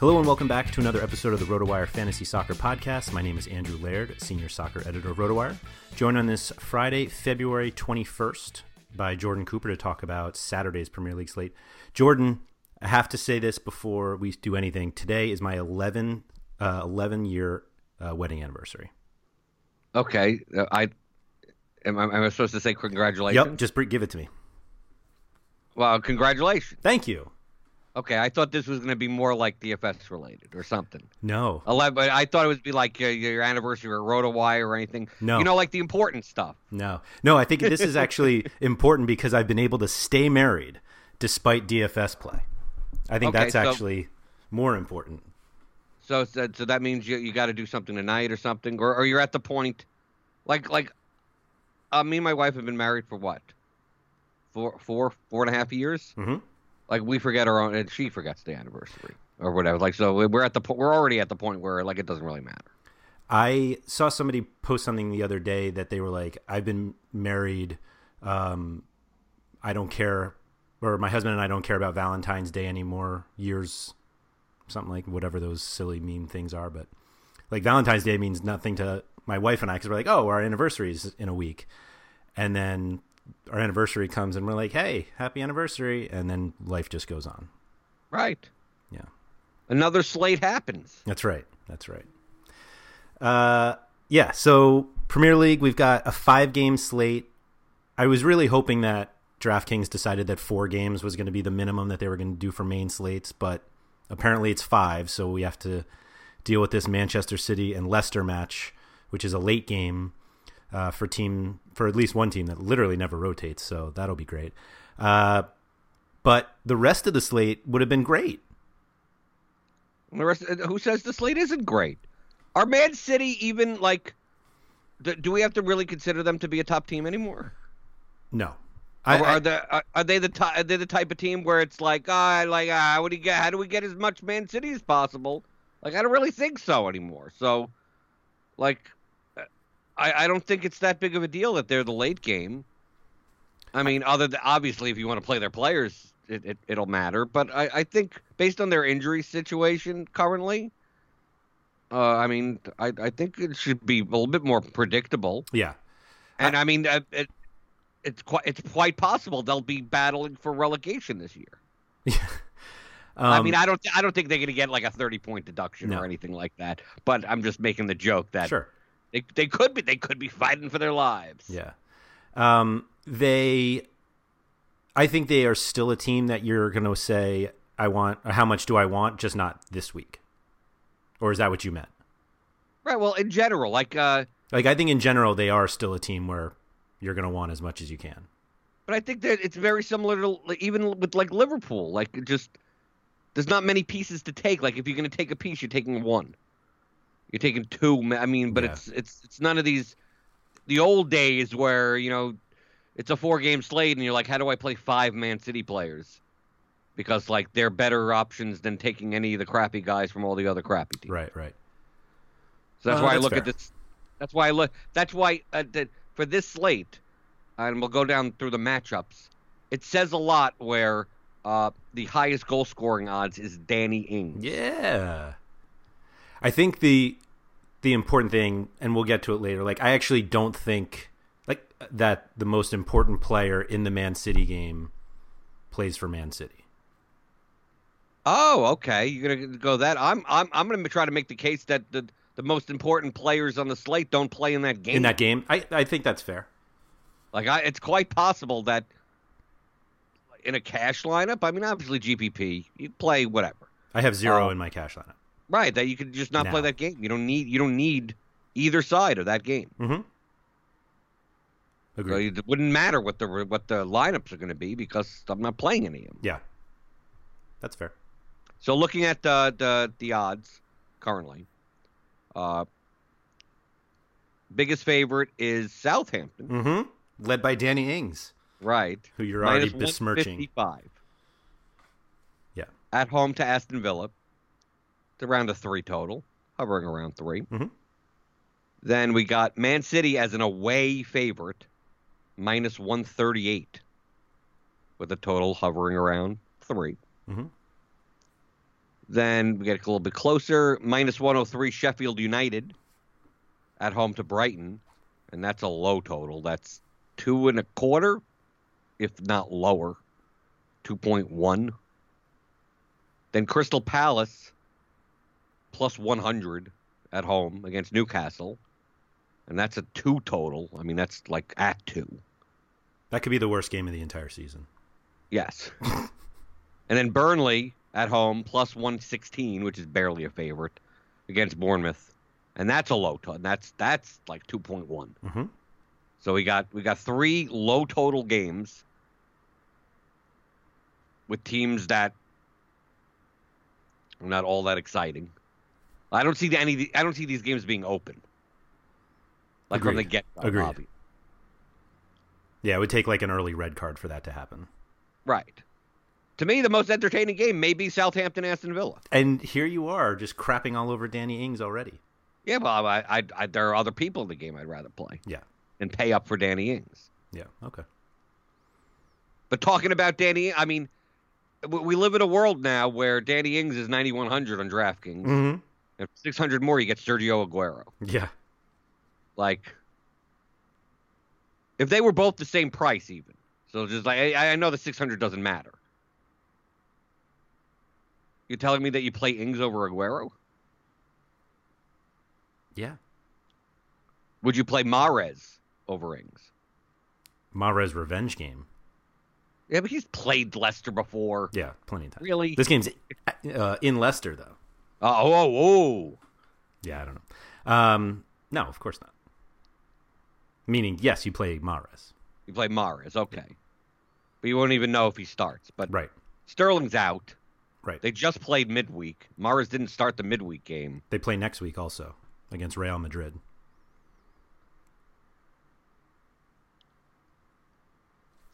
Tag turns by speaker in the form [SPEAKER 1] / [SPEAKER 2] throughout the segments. [SPEAKER 1] Hello and welcome back to another episode of the RotoWire Fantasy Soccer Podcast. My name is Andrew Laird, Senior Soccer Editor of RotoWire. Joined on this Friday, February 21st, by Jordan Cooper to talk about Saturday's Premier League slate. Jordan, I have to say this before we do anything. Today is my 11, uh, 11 year uh, wedding anniversary.
[SPEAKER 2] Okay, uh, I am. I, am I supposed to say congratulations?
[SPEAKER 1] Yep, just br- give it to me.
[SPEAKER 2] Well, congratulations.
[SPEAKER 1] Thank you.
[SPEAKER 2] Okay, I thought this was going to be more like DFS related or something.
[SPEAKER 1] No.
[SPEAKER 2] Eleven. but I thought it would be like your, your anniversary or RotoWire or anything.
[SPEAKER 1] No.
[SPEAKER 2] You know, like the important stuff.
[SPEAKER 1] No, no, I think this is actually important because I've been able to stay married despite DFS play. I think
[SPEAKER 2] Okay,
[SPEAKER 1] that's
[SPEAKER 2] so-
[SPEAKER 1] actually more important.
[SPEAKER 2] So, so, so that means you, you got to do something tonight or something, or, or you're at the point, like like, uh, me and my wife have been married for what, four four four and a half years.
[SPEAKER 1] Mhm.
[SPEAKER 2] Like we forget our own, and she forgets the anniversary or whatever. Like so, we- we're at the po- we're already at the point where like it doesn't really matter.
[SPEAKER 1] I saw somebody post something the other day that they were like, "I've been married. Um, I don't care, or my husband and I don't care about Valentine's Day anymore. Years, something like whatever those silly mean things are, but like Valentine's Day means nothing to my wife and I because we're like, oh, our anniversary is in a week, and then our anniversary comes and we're like, hey, happy anniversary, and then life just goes on.
[SPEAKER 2] Right.
[SPEAKER 1] Yeah.
[SPEAKER 2] Another slate happens.
[SPEAKER 1] That's right. That's right. Uh, yeah. So Premier League, we've got a five-game slate. I was really hoping that DraftKings decided that four games was going to be the minimum that they were going to do for main slates, but apparently it's five. So we have to deal with this Manchester City and Leicester match, which is a late game uh, for team for at least one team that literally never rotates. So that'll be great. Uh, but the rest of the slate would have been great.
[SPEAKER 2] And The rest, uh, who says the slate isn't great? Are Man City even like? Do, do we have to really consider them to be a top team anymore?
[SPEAKER 1] No.
[SPEAKER 2] Or are, they are, are they the ty- are they the type of team where it's like ah like ah, how do we get how do we get as much Man City as possible? Like I don't really think so anymore. So, like, I I don't think it's that big of a deal that they're the late game. I mean, other than obviously if you want to play their players, it, it it'll matter. But I I think based on their injury situation currently. Uh, I mean, I, I think it should be a little bit more predictable.
[SPEAKER 1] yeah.
[SPEAKER 2] And I, mean, uh, it, it's quite it's quite possible they'll be battling for relegation this year. I mean, I don't, I don't think they're going to get like a thirty-point deduction
[SPEAKER 1] Um, No.
[SPEAKER 2] or anything like that. But I'm just making the joke that
[SPEAKER 1] sure.
[SPEAKER 2] they, they could be, they could be fighting for their lives.
[SPEAKER 1] Yeah. Um, they, I think they are still a team that you're going to say, I want, or how much do I want? Just not this week. Or is that what you meant?
[SPEAKER 2] Right. Well, in general, like, uh,
[SPEAKER 1] Like, I think in general, they are still a team where you're going to want as much as you can.
[SPEAKER 2] but I think that it's very similar to like, even with like Liverpool. Like, it just there's not many pieces to take. Like, if you're going to take a piece, you're taking one. You're taking two. ma- I mean, but
[SPEAKER 1] Yeah.
[SPEAKER 2] it's it's it's none of these. The old days where you know it's a four-game slate, and you're like, how do I play five Man City players? Because like they're better options than taking any of the crappy guys from all the other crappy teams.
[SPEAKER 1] Right, right.
[SPEAKER 2] So that's
[SPEAKER 1] Uh,
[SPEAKER 2] why I
[SPEAKER 1] that's
[SPEAKER 2] look at
[SPEAKER 1] fair.
[SPEAKER 2] this. That's why I look. That's why uh, that for this slate, and we'll go down through the matchups. It says a lot where uh, the highest goal scoring odds is Danny Ings.
[SPEAKER 1] Yeah. I think the the important thing and we'll get to it later. Like I actually don't think like that the most important player in the Man City game plays for Man City.
[SPEAKER 2] Oh, okay. You're gonna go that. I'm I'm I'm gonna try to make the case that the the most important players on the slate don't play in that game.
[SPEAKER 1] In that game, I I think that's fair.
[SPEAKER 2] Like I, it's quite possible that in a cash lineup. I mean, obviously GPP, you play whatever.
[SPEAKER 1] I have 0
[SPEAKER 2] Um,
[SPEAKER 1] in my cash lineup.
[SPEAKER 2] Right, that you could just not
[SPEAKER 1] No.
[SPEAKER 2] play that game. You don't need you don't need either side of that game.
[SPEAKER 1] Mhm.
[SPEAKER 2] So
[SPEAKER 1] Agreed.
[SPEAKER 2] it wouldn't matter what the what the lineups are going to be because I'm not playing any of them.
[SPEAKER 1] yeah. That's fair.
[SPEAKER 2] So looking at the the, the odds currently, uh, biggest favorite is Southampton.
[SPEAKER 1] Mhm. Led by Danny Ings,
[SPEAKER 2] Right,
[SPEAKER 1] who you're already
[SPEAKER 2] Minus
[SPEAKER 1] besmirching.
[SPEAKER 2] 155.
[SPEAKER 1] Yeah.
[SPEAKER 2] at home to Aston Villa. It's around a three total, hovering around 3
[SPEAKER 1] Mhm.
[SPEAKER 2] Then we got Man City as an away favorite, minus 138, with a total hovering around three.
[SPEAKER 1] Mhm.
[SPEAKER 2] Then we get a little bit closer, minus 103 Sheffield United at home to Brighton, and that's a low total. That's two and a quarter, if not lower, 2.1. Then Crystal Palace plus 100 at home against Newcastle. And that's a two total. I mean, that's like at two.
[SPEAKER 1] That could be the worst game of the entire season.
[SPEAKER 2] Yes. and then Burnley at home plus 116, which is barely a favorite against Bournemouth. And that's a low total. That's that's like 2.1.
[SPEAKER 1] Mhm.
[SPEAKER 2] So we got we got three low total games with teams that are not all that exciting. I don't see any. of the- I don't see these games being open. Like from the
[SPEAKER 1] Agreed.
[SPEAKER 2] get
[SPEAKER 1] Agreed. Yeah, it would take like an early red card for that to happen.
[SPEAKER 2] Right. To me, the most entertaining game may be Southampton Aston Villa.
[SPEAKER 1] And here you are, just crapping all over Danny Ings already.
[SPEAKER 2] Yeah, well, I, I, I, there are other people in the game I'd rather play
[SPEAKER 1] Yeah.
[SPEAKER 2] and pay up for Danny Ings.
[SPEAKER 1] Yeah. Okay.
[SPEAKER 2] But talking about Danny, I mean, we we live in a world now where Danny Ings is 9100 on DraftKings.
[SPEAKER 1] Mm-hmm.
[SPEAKER 2] And for 600 more, you get Sergio Aguero.
[SPEAKER 1] Yeah.
[SPEAKER 2] Like, if they were both the same price, even. So just like, I, I know the 600 doesn't matter. You're telling me that you play Ings over Aguero?
[SPEAKER 1] Yeah.
[SPEAKER 2] Would you play Mares over Ings?
[SPEAKER 1] Mares revenge game.
[SPEAKER 2] Yeah, but he's played Leicester before.
[SPEAKER 1] Yeah, plenty of times.
[SPEAKER 2] Really?
[SPEAKER 1] This game's uh, in Leicester though.
[SPEAKER 2] Uh, oh, oh, oh.
[SPEAKER 1] Yeah, I don't know. Um, no, of course not. Meaning, yes, you play Mares.
[SPEAKER 2] You play Mares, okay. But you won't even know if he starts. But
[SPEAKER 1] Right.
[SPEAKER 2] Sterling's out.
[SPEAKER 1] Right.
[SPEAKER 2] They
[SPEAKER 1] They,
[SPEAKER 2] just played midweek. Mares didn't start the midweek game.
[SPEAKER 1] play next week also against Real Madrid.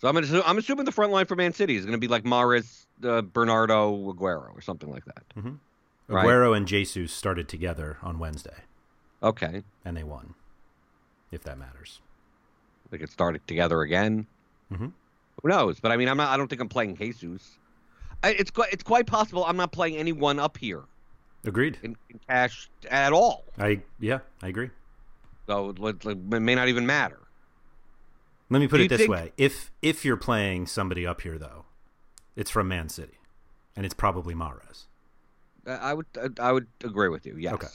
[SPEAKER 2] So I'm assuming, I'm assuming the front line for Man City is going to be like Mares, uh, Bernardo, Aguero, or something like that. Right.
[SPEAKER 1] Mm-hmm. Aguero and Jesus started together on Wednesday,
[SPEAKER 2] Okay,
[SPEAKER 1] and they won. If that matters.
[SPEAKER 2] they could start it together again.
[SPEAKER 1] Mhm.
[SPEAKER 2] Who knows? But I mean, I'm not. I don't think I'm playing Jesus. I, it's quite. It's quite possible I'm not playing anyone up here
[SPEAKER 1] Agreed.
[SPEAKER 2] in, in cash at all.
[SPEAKER 1] I yeah, I agree.
[SPEAKER 2] So it, it may not even matter.
[SPEAKER 1] Let me put
[SPEAKER 2] Do
[SPEAKER 1] it
[SPEAKER 2] you
[SPEAKER 1] this
[SPEAKER 2] think-
[SPEAKER 1] way: if if you're playing somebody up here, though, it's from Man City. and it's probably Mares.
[SPEAKER 2] I I would I would agree with you. Yes.
[SPEAKER 1] Okay.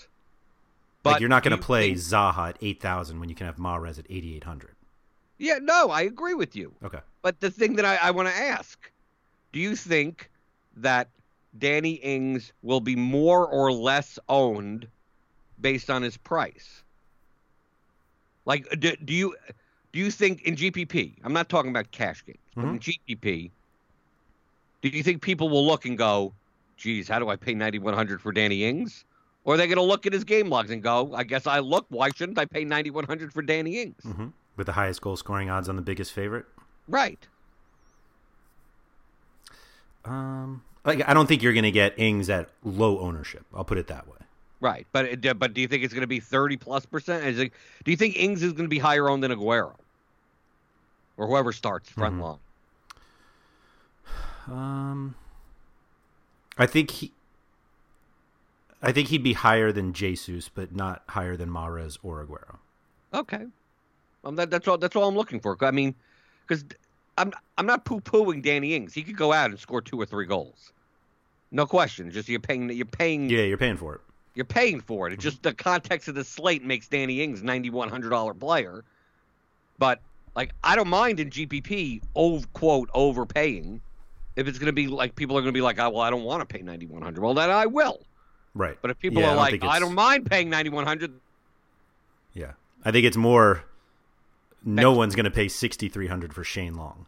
[SPEAKER 2] But
[SPEAKER 1] like you're not
[SPEAKER 2] do
[SPEAKER 1] going to
[SPEAKER 2] you
[SPEAKER 1] play
[SPEAKER 2] think-
[SPEAKER 1] Zaha at 8,000 when you can have Mares at 8,800.
[SPEAKER 2] yeah, no, I agree with you.
[SPEAKER 1] Okay.
[SPEAKER 2] But the thing that I, I want to ask do you think that Danny Ings will be more or less owned based on his price? Like, uh, do, do you do you think in GPP? I'm not talking about cash games, but in GPP, do you think people will look and go, "Geez, how do I pay 9100 for Danny Ings?" Or are they going to look at his game logs and go, "I guess I look. Why shouldn't I pay 9100 for Danny Ings?"
[SPEAKER 1] hmm With the highest goal scoring odds on the biggest favorite.
[SPEAKER 2] Right.
[SPEAKER 1] Um, like I don't think you're going to get Ings at low ownership. I'll put it that way.
[SPEAKER 2] Right, but it- but do you think it's going to be thirty plus percent? Is it, do you think Ings is going to be higher owned than Aguero or whoever starts front
[SPEAKER 1] Mhm.
[SPEAKER 2] line?
[SPEAKER 1] Um, I think he. I think he'd be higher than Jesus, but not higher than Mares or Aguero.
[SPEAKER 2] Okay, um, that, that's all. That's all I'm looking for. I mean, because I'm I'm not poo pooing Danny Ings. He could go out and score two or three goals, no question. Just you're paying you're paying
[SPEAKER 1] Yeah, you're paying for it.
[SPEAKER 2] you're paying for it.
[SPEAKER 1] Mm-hmm.
[SPEAKER 2] It's just the context of the slate makes Danny Ings ninety one hundred dollar player. But like I don't mind in GPP over quote overpaying if it's going to be like people are going to be like, oh, well, I don't want to pay ninety one hundred. Well, then I will.
[SPEAKER 1] Right.
[SPEAKER 2] But if people
[SPEAKER 1] Yeah,
[SPEAKER 2] are like,
[SPEAKER 1] think
[SPEAKER 2] I
[SPEAKER 1] it's-
[SPEAKER 2] don't mind paying ninety one hundred,
[SPEAKER 1] Yeah, I think it's more. No
[SPEAKER 2] Next.
[SPEAKER 1] one's going to pay sixty three hundred for Shane Long.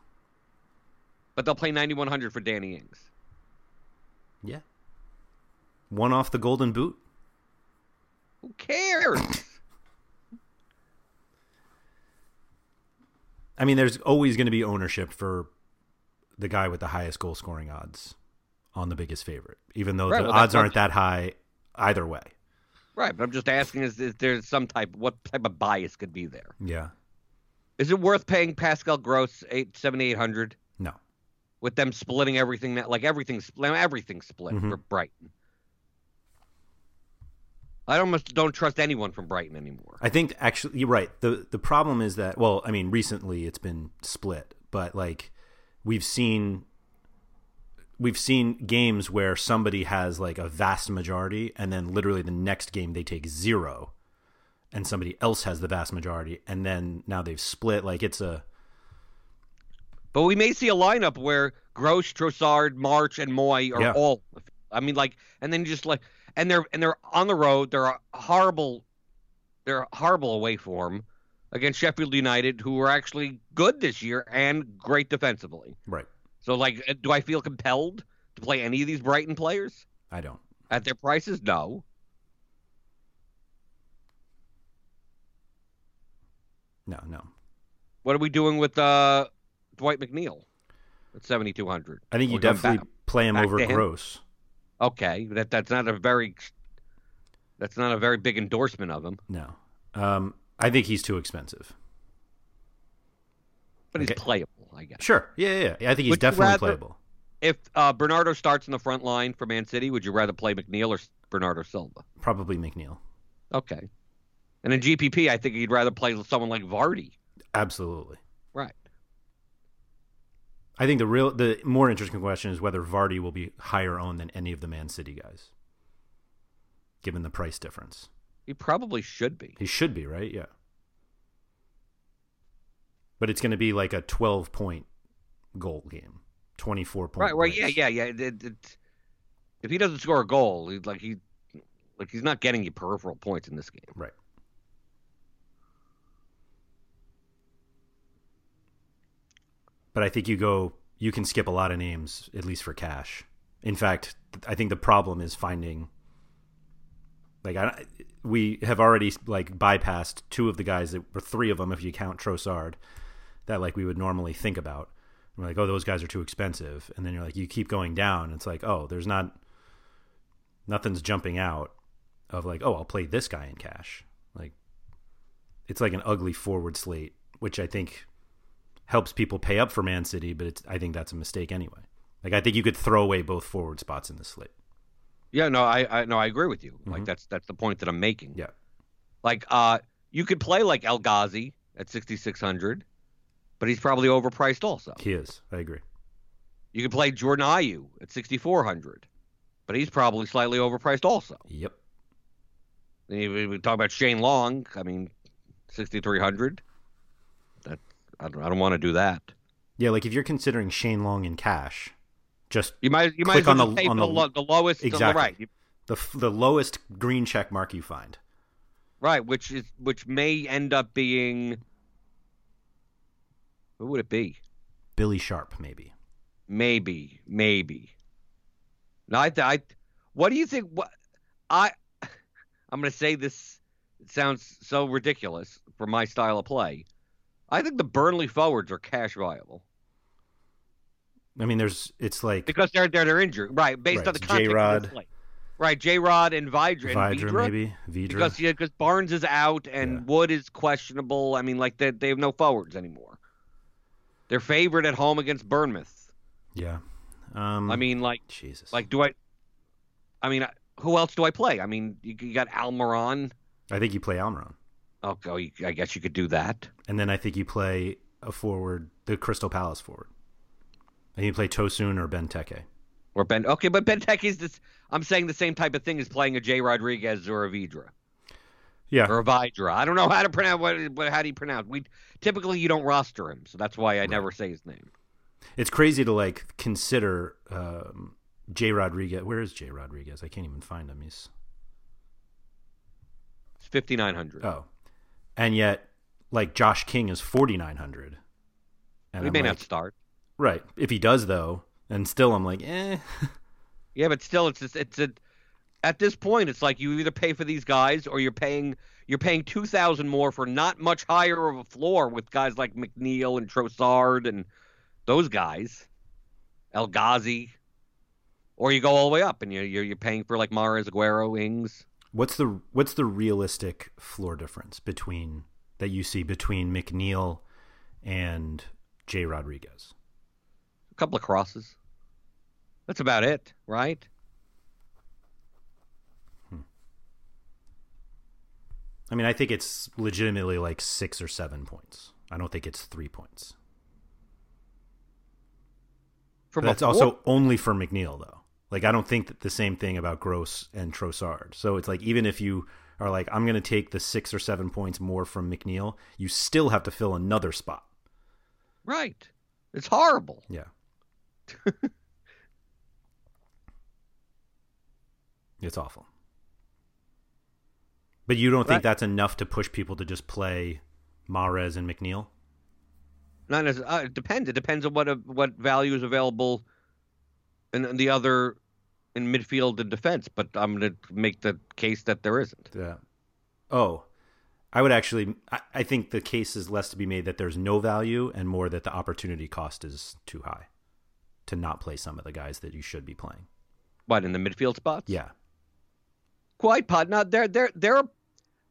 [SPEAKER 2] but they'll pay ninety one hundred for Danny Ings.
[SPEAKER 1] Yeah. One off the Golden Boot.
[SPEAKER 2] Who cares?
[SPEAKER 1] I mean, there's always going to be ownership for the guy with the highest goal scoring odds on the biggest favorite, even though
[SPEAKER 2] Right,
[SPEAKER 1] the
[SPEAKER 2] well, that's
[SPEAKER 1] odds
[SPEAKER 2] not-
[SPEAKER 1] aren't that high either way.
[SPEAKER 2] right. But I'm just asking: is, is there some type? What type of bias could be there?
[SPEAKER 1] Yeah.
[SPEAKER 2] Is it worth paying Pascal Gross eight seventy eight hundred?
[SPEAKER 1] No.
[SPEAKER 2] with them splitting everything that like everything split everything split
[SPEAKER 1] Mhm.
[SPEAKER 2] for Brighton. I almost don't trust anyone from Brighton anymore.
[SPEAKER 1] I think actually you're right. The the problem is that well, I mean, recently it's been split, but like we've seen we've seen games where somebody has like a vast majority and then literally the next game they take zero and somebody else has the vast majority and then now they've split like it's a
[SPEAKER 2] But we may see a lineup where Gross, Trossard, March, and Moy are
[SPEAKER 1] Yeah.
[SPEAKER 2] all. I mean, like, and then just like, and they're and they're on the road. They're a horrible. They're a horrible away form against Sheffield United, who are actually good this year and great defensively.
[SPEAKER 1] right.
[SPEAKER 2] So, like, uh, do I feel compelled to play any of these Brighton players?
[SPEAKER 1] I don't.
[SPEAKER 2] At their prices, no.
[SPEAKER 1] No, no.
[SPEAKER 2] What are we doing with uh, Dwight McNeil at 7,200?
[SPEAKER 1] I think
[SPEAKER 2] Are
[SPEAKER 1] you
[SPEAKER 2] we going
[SPEAKER 1] definitely
[SPEAKER 2] back-
[SPEAKER 1] play him
[SPEAKER 2] back
[SPEAKER 1] over
[SPEAKER 2] to him?
[SPEAKER 1] Gross.
[SPEAKER 2] Okay, that that's not a very that's not a very big endorsement of him,
[SPEAKER 1] No. Um I think he's too expensive.
[SPEAKER 2] but he's
[SPEAKER 1] Okay.
[SPEAKER 2] playable, I guess.
[SPEAKER 1] Sure. Yeah, yeah, yeah. I think he's
[SPEAKER 2] Would you
[SPEAKER 1] definitely
[SPEAKER 2] rather-
[SPEAKER 1] playable.
[SPEAKER 2] If uh, Bernardo starts in the front line for Man City, would you rather play McNeil or Bernardo Silva?
[SPEAKER 1] Probably McNeil.
[SPEAKER 2] Okay. And in GPP, I think you'd rather play someone like Vardy.
[SPEAKER 1] Absolutely.
[SPEAKER 2] Right.
[SPEAKER 1] I think the real, the more interesting question is whether Vardy will be higher owned than any of the Man City guys, given the price difference.
[SPEAKER 2] He probably should be.
[SPEAKER 1] He should be, right? Yeah. But it's going to be like a twelve point goal game, twenty four point.
[SPEAKER 2] Right, right, yeah,
[SPEAKER 1] breaks.
[SPEAKER 2] yeah, yeah. It, it, it- if he doesn't score a goal, he's like he like he's not getting you peripheral points in this game.
[SPEAKER 1] Right. But I think you go, you can skip a lot of names, at least for cash. In fact, th- I think the problem is finding, like, I, we have already, like, bypassed two of the guys that were three of them, if you count Trossard, that, like, we would normally think about. And we're like, oh, those guys are too expensive. And then you're like, you keep going down. and It's like, oh, there's not, nothing's jumping out of like, oh, I'll play this guy in cash. Like, it's like an ugly forward slate, which I think helps people pay up for Man City, but it's, I think that's a mistake anyway. Like, I think you could throw away both forward spots in this slate.
[SPEAKER 2] Yeah, no, I, I no, I agree with you. Like that's that's the point that I'm making.
[SPEAKER 1] Mm-hmm. Yeah.
[SPEAKER 2] Like uh you could play like El Ghazi at 6600, but he's probably overpriced also.
[SPEAKER 1] He is. I agree.
[SPEAKER 2] You can play Jordan Ayu at 6,400, but he's probably slightly overpriced also.
[SPEAKER 1] Yep.
[SPEAKER 2] Then you- We talk about Shane Long. I mean, 6,300. That I don't, I don't want to do that.
[SPEAKER 1] Yeah, like if you're considering Shane Long in cash, just
[SPEAKER 2] You might you
[SPEAKER 1] Click
[SPEAKER 2] might as well
[SPEAKER 1] on
[SPEAKER 2] just
[SPEAKER 1] the-
[SPEAKER 2] take
[SPEAKER 1] on
[SPEAKER 2] the,
[SPEAKER 1] the-
[SPEAKER 2] lo- the lowest to the
[SPEAKER 1] Exactly.
[SPEAKER 2] right. You-
[SPEAKER 1] the f- the lowest green check mark you find.
[SPEAKER 2] Right, which is which may end up being who would it be?
[SPEAKER 1] Billy Sharp, maybe.
[SPEAKER 2] Maybe, maybe. No, I, th- I, what do you think? What I, I'm going to say this it sounds so ridiculous for my style of play. I think the Burnley forwards are cash viable
[SPEAKER 1] I mean, there's it's like
[SPEAKER 2] because they're they're, they're injured, right? Based
[SPEAKER 1] Right,
[SPEAKER 2] on the context of
[SPEAKER 1] J-Rod.
[SPEAKER 2] their play. right? J Rod and Vidra, and
[SPEAKER 1] Vidra,
[SPEAKER 2] Vidra
[SPEAKER 1] maybe Vidra.
[SPEAKER 2] because yeah, because Barnes is out and
[SPEAKER 1] Yeah.
[SPEAKER 2] Wood is questionable. I mean, like they they have no forwards anymore. They're favored at home against Bournemouth.
[SPEAKER 1] yeah. Um,
[SPEAKER 2] I mean, like.
[SPEAKER 1] Jesus.
[SPEAKER 2] Like, do I? I mean, I- who else do I play? I mean, you, you got Almiron.
[SPEAKER 1] I think you play Almiron,
[SPEAKER 2] Okay, you- I guess you could do that.
[SPEAKER 1] and then I think you play a forward, the Crystal Palace forward. And you play Tosun or Benteke.
[SPEAKER 2] Or Ben. Okay, but Benteke's this. I'm saying the same type of thing as playing a J. Rodriguez or a Vidra
[SPEAKER 1] Yeah,
[SPEAKER 2] or a Vidra. I don't know how to pronounce what. what how do you pronounce? We typically you don't roster him, so that's why I never say his name.
[SPEAKER 1] it's crazy to like consider um, J. Rodriguez. Where is J. Rodriguez? I can't even find him. He's
[SPEAKER 2] It's 5900.
[SPEAKER 1] oh, and yet like Josh King is forty nine hundred. And
[SPEAKER 2] he
[SPEAKER 1] I'm
[SPEAKER 2] may
[SPEAKER 1] like,
[SPEAKER 2] not start.
[SPEAKER 1] right. If he does though, and still I'm like, eh.
[SPEAKER 2] Yeah, but still, it's just, it's a. At this point, it's like you either pay for these guys or you're paying you're paying two thousand more for not much higher of a floor with guys like McNeil and Trossard and those guys, El Ghazi, or you go all the way up and you're you're, you're paying for like Mares, Aguero, Ings.
[SPEAKER 1] What's the what's the realistic floor difference between that you see between McNeil and Jay Rodriguez?
[SPEAKER 2] a couple of crosses. That's about it, right?
[SPEAKER 1] I mean, I think it's legitimately like six or seven points. I don't think it's three points.
[SPEAKER 2] From
[SPEAKER 1] That's
[SPEAKER 2] a four-
[SPEAKER 1] also only for McNeil though. Like I don't think that the same thing about Gross and Trossard. So it's like even if you are like I'm going to take the six or seven points more from McNeil, you still have to fill another spot.
[SPEAKER 2] right. It's horrible.
[SPEAKER 1] Yeah. it's awful. But you don't think
[SPEAKER 2] Right.
[SPEAKER 1] that's enough to push people to just play Mares and McNeil?
[SPEAKER 2] Not as uh, it depends. It depends on what a, what value is available, in, in the other in midfield and defense. But I'm going to make the case that there isn't.
[SPEAKER 1] Yeah. Oh, I would actually. I, I think the case is less to be made that there's no value and more that the opportunity cost is too high to not play some of the guys that you should be playing.
[SPEAKER 2] What in the midfield spots?
[SPEAKER 1] Yeah.
[SPEAKER 2] quite pot. Now there there there are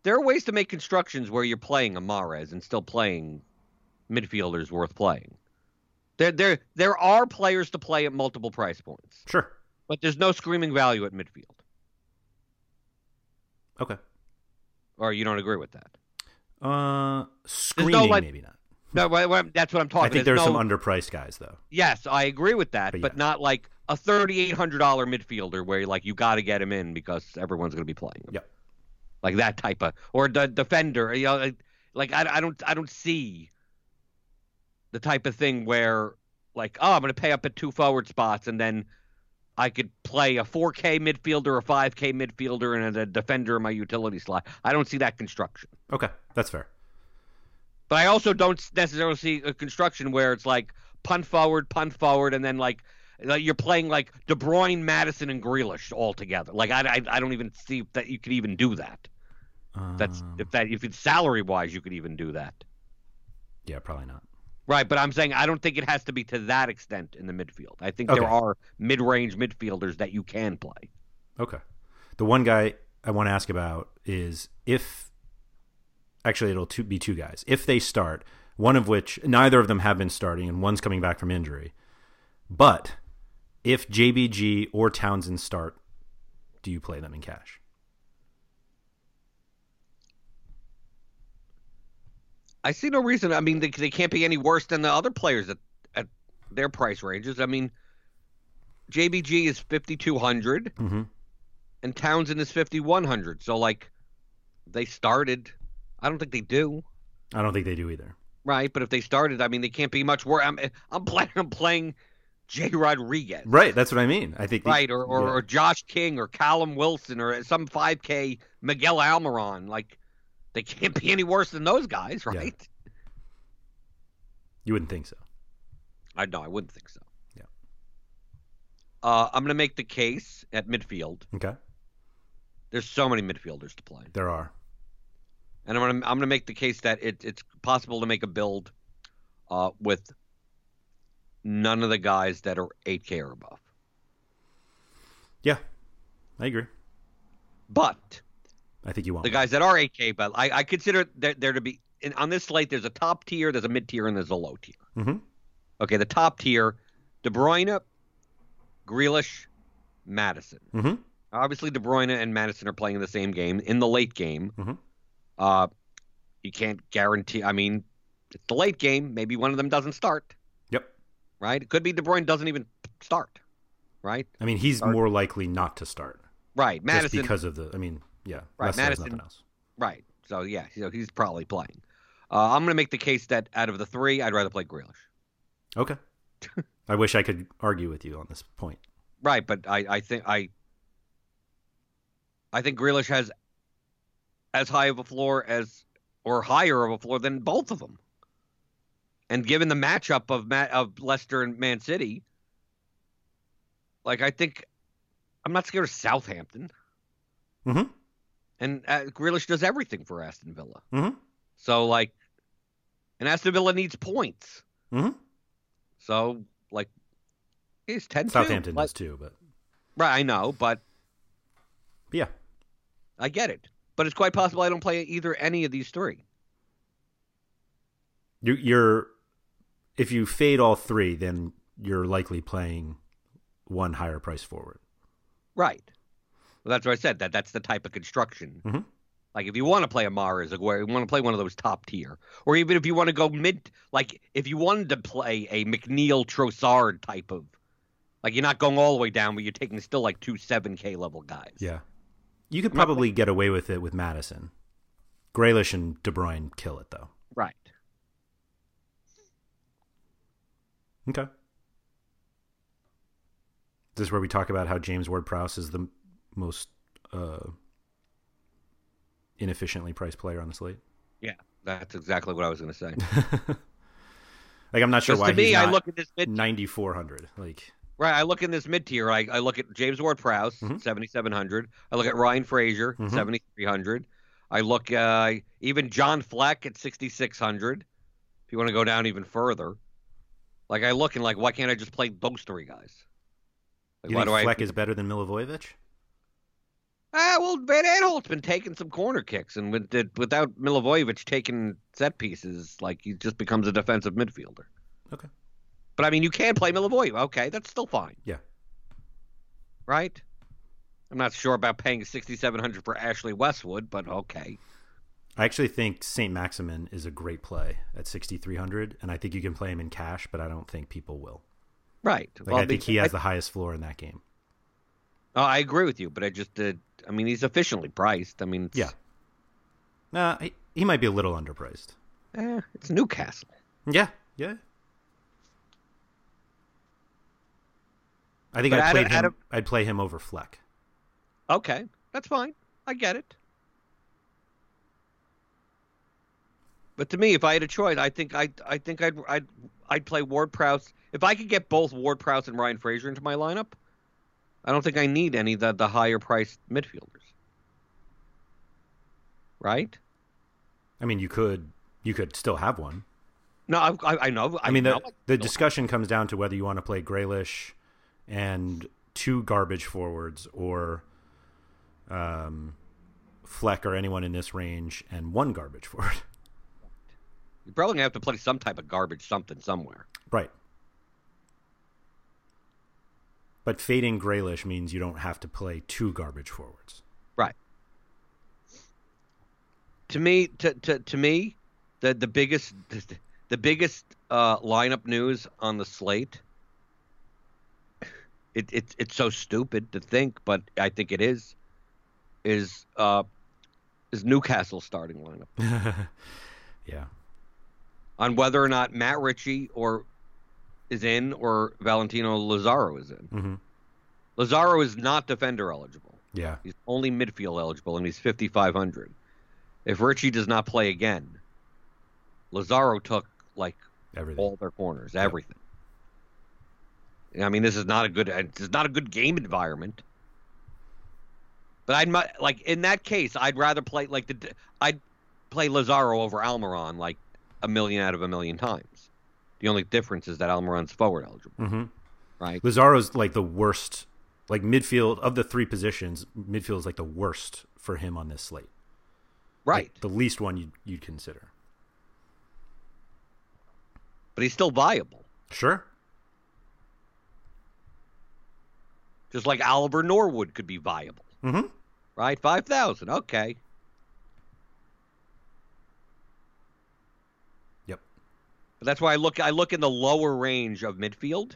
[SPEAKER 2] there are ways to make constructions where you're playing a Mares and still playing midfielders worth playing. There there there are players to play at multiple price points,
[SPEAKER 1] Sure.
[SPEAKER 2] but there's no screaming value at midfield.
[SPEAKER 1] Okay.
[SPEAKER 2] Or you don't agree with that?
[SPEAKER 1] Uh, screening
[SPEAKER 2] like-
[SPEAKER 1] maybe not.
[SPEAKER 2] No, what- what- that's what I'm talking.
[SPEAKER 1] I think
[SPEAKER 2] there's
[SPEAKER 1] there's some
[SPEAKER 2] no-
[SPEAKER 1] underpriced guys though.
[SPEAKER 2] Yes, I agree with that,
[SPEAKER 1] But
[SPEAKER 2] but,
[SPEAKER 1] yeah.
[SPEAKER 2] not like a thirty-eight hundred dollar midfielder where you're like you got to get him in because everyone's going to be playing him.
[SPEAKER 1] Yep.
[SPEAKER 2] Like that type of or the defender. You know, like, like I, I don't I don't see the type of thing where like oh I'm going to pay up at two forward spots and then I could play a 4K midfielder, a 5K midfielder, and a defender in my utility slot. I don't see that construction.
[SPEAKER 1] Okay, that's fair.
[SPEAKER 2] But I also don't necessarily see a construction where it's like punt forward, punt forward, and then like like you're playing like De Bruyne, Madison, and Grealish all together. Like I, I, I don't even see if that you could even do that. That's
[SPEAKER 1] Um,
[SPEAKER 2] if that if it's salary wise, you could even do that.
[SPEAKER 1] yeah, probably not.
[SPEAKER 2] Right, but I'm saying I don't think it has to be to that extent in the midfield. I think
[SPEAKER 1] Okay.
[SPEAKER 2] there are mid-range midfielders that you can play.
[SPEAKER 1] Okay. The one guy I want to ask about is if actually it'll two, be two guys. If they start, one of which neither of them have been starting and one's coming back from injury. But if JBG or Townsend start, do you play them in cash?
[SPEAKER 2] I see no reason. I mean, they, they can't be any worse than the other players at, at their price ranges. I mean, JBG is 5200
[SPEAKER 1] Mm-hmm.
[SPEAKER 2] and Townsend is 5100. So like they started, I don't think they do.
[SPEAKER 1] I don't think they do either.
[SPEAKER 2] Right, but if they started, I mean, they can't be much worse. I'm, I'm playing, I'm playing J. Rodriguez,
[SPEAKER 1] Right. That's what I mean. I think. the-
[SPEAKER 2] right, or or,
[SPEAKER 1] yeah.
[SPEAKER 2] or Josh King or Callum Wilson or some 5K Miguel Almiron. Like, they can't be any worse than those guys,
[SPEAKER 1] Yeah.
[SPEAKER 2] right?
[SPEAKER 1] you wouldn't think so.
[SPEAKER 2] I know, I wouldn't think so.
[SPEAKER 1] Yeah.
[SPEAKER 2] Uh, I'm gonna make the case at midfield.
[SPEAKER 1] Okay.
[SPEAKER 2] There's so many midfielders to play,
[SPEAKER 1] There are.
[SPEAKER 2] and I'm gonna I'm gonna make the case that it, it's possible to make a build, uh, with none of the guys that are 8K or above.
[SPEAKER 1] Yeah. I agree.
[SPEAKER 2] But
[SPEAKER 1] I think you want
[SPEAKER 2] the guys that are 8K, but I, I consider there, there to be in, on this slate. There's a top tier, there's a mid tier, and there's a low tier.
[SPEAKER 1] Mhm.
[SPEAKER 2] Okay, the top tier: De Bruyne, Grealish, Madison.
[SPEAKER 1] Mhm.
[SPEAKER 2] Obviously, De Bruyne and Madison are playing in the same game in the late game.
[SPEAKER 1] Mhm.
[SPEAKER 2] Uh, you can't guarantee. I mean, it's the late game. Maybe one of them doesn't start.
[SPEAKER 1] Yep.
[SPEAKER 2] Right? It could be De Bruyne doesn't even start. Right?
[SPEAKER 1] I mean, he's
[SPEAKER 2] Start.
[SPEAKER 1] more likely not to start
[SPEAKER 2] Right. Madison.
[SPEAKER 1] just because of the. I mean, yeah.
[SPEAKER 2] Right,
[SPEAKER 1] unless there's
[SPEAKER 2] Madison-
[SPEAKER 1] Nothing else.
[SPEAKER 2] Right. So yeah, so he's probably playing. Uh, I'm going to make the case that out of the three, I'd rather play Grealish.
[SPEAKER 1] Okay. I wish I could argue with you on this point.
[SPEAKER 2] Right, but I, I think I I think Grealish has as high of a floor as or higher of a floor than both of them. And given the matchup of Matt of Leicester and Man City, like I think I'm not scared of Southampton.
[SPEAKER 1] Mhm.
[SPEAKER 2] And uh, Grealish does everything for Aston Villa.
[SPEAKER 1] Mhm.
[SPEAKER 2] So like, and Aston Villa needs points.
[SPEAKER 1] Mhm.
[SPEAKER 2] So like, he's ten.
[SPEAKER 1] Southampton
[SPEAKER 2] Like,
[SPEAKER 1] does too, but,
[SPEAKER 2] Right, I know, but
[SPEAKER 1] but yeah.
[SPEAKER 2] I get it. But it's quite possible I don't play either any of these three.
[SPEAKER 1] you you're if you fade all three, then you're likely playing one higher price forward.
[SPEAKER 2] Right. Well, that's what I said. That that's the type of construction.
[SPEAKER 1] Mhm.
[SPEAKER 2] Like if you want to play a Mara Zaguerre, you want to play one of those top tier, or even if you want to go mid, like if you wanted to play a McNeil Trossard type of, like you're not going all the way down, but you're taking still like two seven K level guys.
[SPEAKER 1] Yeah, you could probably get away with it with Madison, Graylish, and De Bruyne kill it though.
[SPEAKER 2] Right.
[SPEAKER 1] Okay, this is where we talk about how James Ward-Prowse is the m- most uh, inefficiently priced player on the slate.
[SPEAKER 2] Yeah. That's exactly what I was going to say.
[SPEAKER 1] Like I'm not sure
[SPEAKER 2] Because
[SPEAKER 1] why
[SPEAKER 2] to me,
[SPEAKER 1] he's
[SPEAKER 2] I
[SPEAKER 1] not
[SPEAKER 2] look at this mid,
[SPEAKER 1] 9400. Like
[SPEAKER 2] right. I look in this mid tier. I, I look at James Ward Prowse,
[SPEAKER 1] Mhm.
[SPEAKER 2] seven hundred. I look at Ryan Frazier,
[SPEAKER 1] Mhm.
[SPEAKER 2] three hundred. I look uh, even John Fleck at sixty six hundred. If you want to go down even further, like I look and like, why can't I just play those three guys? Like,
[SPEAKER 1] you
[SPEAKER 2] why
[SPEAKER 1] think
[SPEAKER 2] do
[SPEAKER 1] Fleck
[SPEAKER 2] I?
[SPEAKER 1] is better than Milivojevic?
[SPEAKER 2] Ah, well, Van Aanholt's been taking some corner kicks, and with the, without Milivojevic taking set pieces, like he just becomes a defensive midfielder.
[SPEAKER 1] Okay.
[SPEAKER 2] But I mean, you can play Milivojevic. Okay, that's still fine.
[SPEAKER 1] Yeah.
[SPEAKER 2] right? I'm not sure about paying 6,700 for Ashley Westwood, but okay.
[SPEAKER 1] I actually think St. Maximin is a great play at 6,300, and I think you can play him in cash, but I don't think people will.
[SPEAKER 2] Right.
[SPEAKER 1] Like, I think he has the highest floor in that game.
[SPEAKER 2] I, Oh, I agree with you, but I just did. I mean, he's efficiently priced. I mean, it's,
[SPEAKER 1] Yeah. Nah, he, he might be a little underpriced.
[SPEAKER 2] eh, it's Newcastle.
[SPEAKER 1] Yeah. Yeah. I think
[SPEAKER 2] But
[SPEAKER 1] I'd,
[SPEAKER 2] out
[SPEAKER 1] played
[SPEAKER 2] of-
[SPEAKER 1] him,
[SPEAKER 2] out of-
[SPEAKER 1] I'd play him over Fleck.
[SPEAKER 2] Okay, that's fine. I get it. But to me, if I had a choice, I think I I think I'd I'd I'd play Ward Prowse. If I could get both Ward Prowse and Ryan Frazier into my lineup, I don't think I need any of the, the higher priced midfielders. Right?
[SPEAKER 1] I mean, you could you could still have one.
[SPEAKER 2] No, I, I, I know.
[SPEAKER 1] I mean, the,
[SPEAKER 2] know.
[SPEAKER 1] the discussion comes down to whether you want to play Graylish and two garbage forwards or um, Fleck or anyone in this range and one garbage forward.
[SPEAKER 2] You're probably gonna have to play some type of garbage something somewhere.
[SPEAKER 1] right. But fading Graylish means you don't have to play two garbage forwards.
[SPEAKER 2] Right. To me, to to, to me, the the biggest the biggest uh, lineup news on the slate it, it it's so stupid to think, but I think it is. Is uh, is Newcastle starting lineup
[SPEAKER 1] yeah.
[SPEAKER 2] on whether or not Matt Ritchie or is in or Valentino Lazaro is in.
[SPEAKER 1] hmm
[SPEAKER 2] Lazaro is not defender eligible.
[SPEAKER 1] Yeah.
[SPEAKER 2] He's only midfield eligible, and he's 5,500. If Richie does not play again, Lazaro took like
[SPEAKER 1] Everything.
[SPEAKER 2] all their corners, everything. And, I mean, this is not a good. This is not a good game environment. But I'd mu- like in that case, I'd rather play like the. I'd play Lazaro over Almiron like a million out of a million times. The only difference is that Almiron's forward eligible,
[SPEAKER 1] hmm
[SPEAKER 2] right?
[SPEAKER 1] Lazaro's like the worst, like midfield of the three positions. Midfield is like the worst for him on this slate. Like,
[SPEAKER 2] Right.
[SPEAKER 1] the least one you'd, you'd consider.
[SPEAKER 2] But he's still viable.
[SPEAKER 1] Sure.
[SPEAKER 2] just like Oliver Norwood could be viable,
[SPEAKER 1] Mm-hmm.
[SPEAKER 2] right? Five thousand, okay.
[SPEAKER 1] Yep.
[SPEAKER 2] But that's why I look. I look in the lower range of midfield.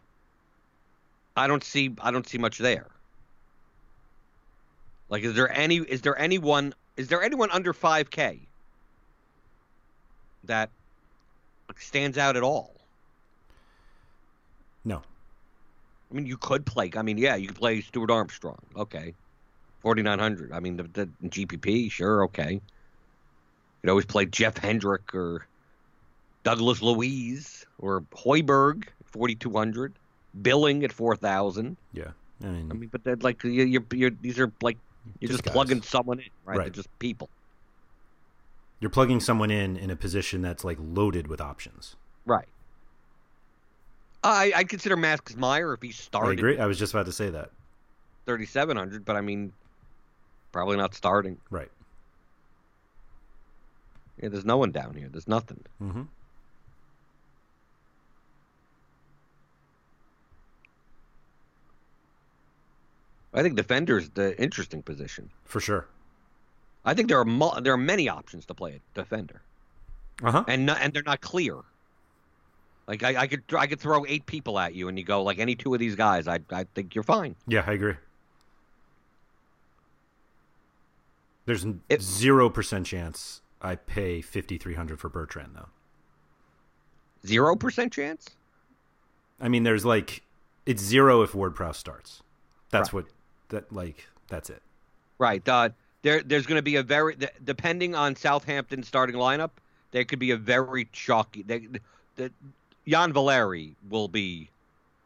[SPEAKER 2] I don't see. I don't see much there. Like, is there any? Is there anyone? Is there anyone under five k that like, stands out at all?
[SPEAKER 1] No.
[SPEAKER 2] I mean, you could play. I mean, yeah, you could play Stuart Armstrong. Okay, forty nine hundred. I mean, the, the GPP, sure, okay. You could always play Jeff Hendrick or Douglas Louise or Hoiberg, forty two hundred. Billing at four thousand.
[SPEAKER 1] Yeah. I mean,
[SPEAKER 2] I mean, but they're like you- you're, you're these are like you're
[SPEAKER 1] Just
[SPEAKER 2] just,
[SPEAKER 1] guys.
[SPEAKER 2] plugging someone in, right? They're
[SPEAKER 1] Right.
[SPEAKER 2] just people,
[SPEAKER 1] you're plugging someone in in a position that's like loaded with options.
[SPEAKER 2] right? I I'd consider Max Meyer if he
[SPEAKER 1] I
[SPEAKER 2] started
[SPEAKER 1] agree. I was just about to say that.
[SPEAKER 2] thirty seven hundred, but I mean, probably not starting.
[SPEAKER 1] Right.
[SPEAKER 2] Yeah, there's no one down here. There's nothing.
[SPEAKER 1] Mm-hmm.
[SPEAKER 2] I think defender's the interesting position.
[SPEAKER 1] For sure.
[SPEAKER 2] I think there are mul- there are many options to play at defender,
[SPEAKER 1] Uh huh.
[SPEAKER 2] and no- and they're not clear. Like I, I could I could throw eight people at you, and you go like any two of these guys, I I think you're fine.
[SPEAKER 1] Yeah, I agree. There's
[SPEAKER 2] It-
[SPEAKER 1] zero percent chance I pay fifty three hundred for Bertrand though.
[SPEAKER 2] Zero percent chance.
[SPEAKER 1] I mean, there's like it's zero if Ward Prowse starts. That's what that like. That's it.
[SPEAKER 2] Right. Uh, there there's going to be a very th- depending on Southampton's starting lineup, there could be a very chalky. They, the Jan Valeri will be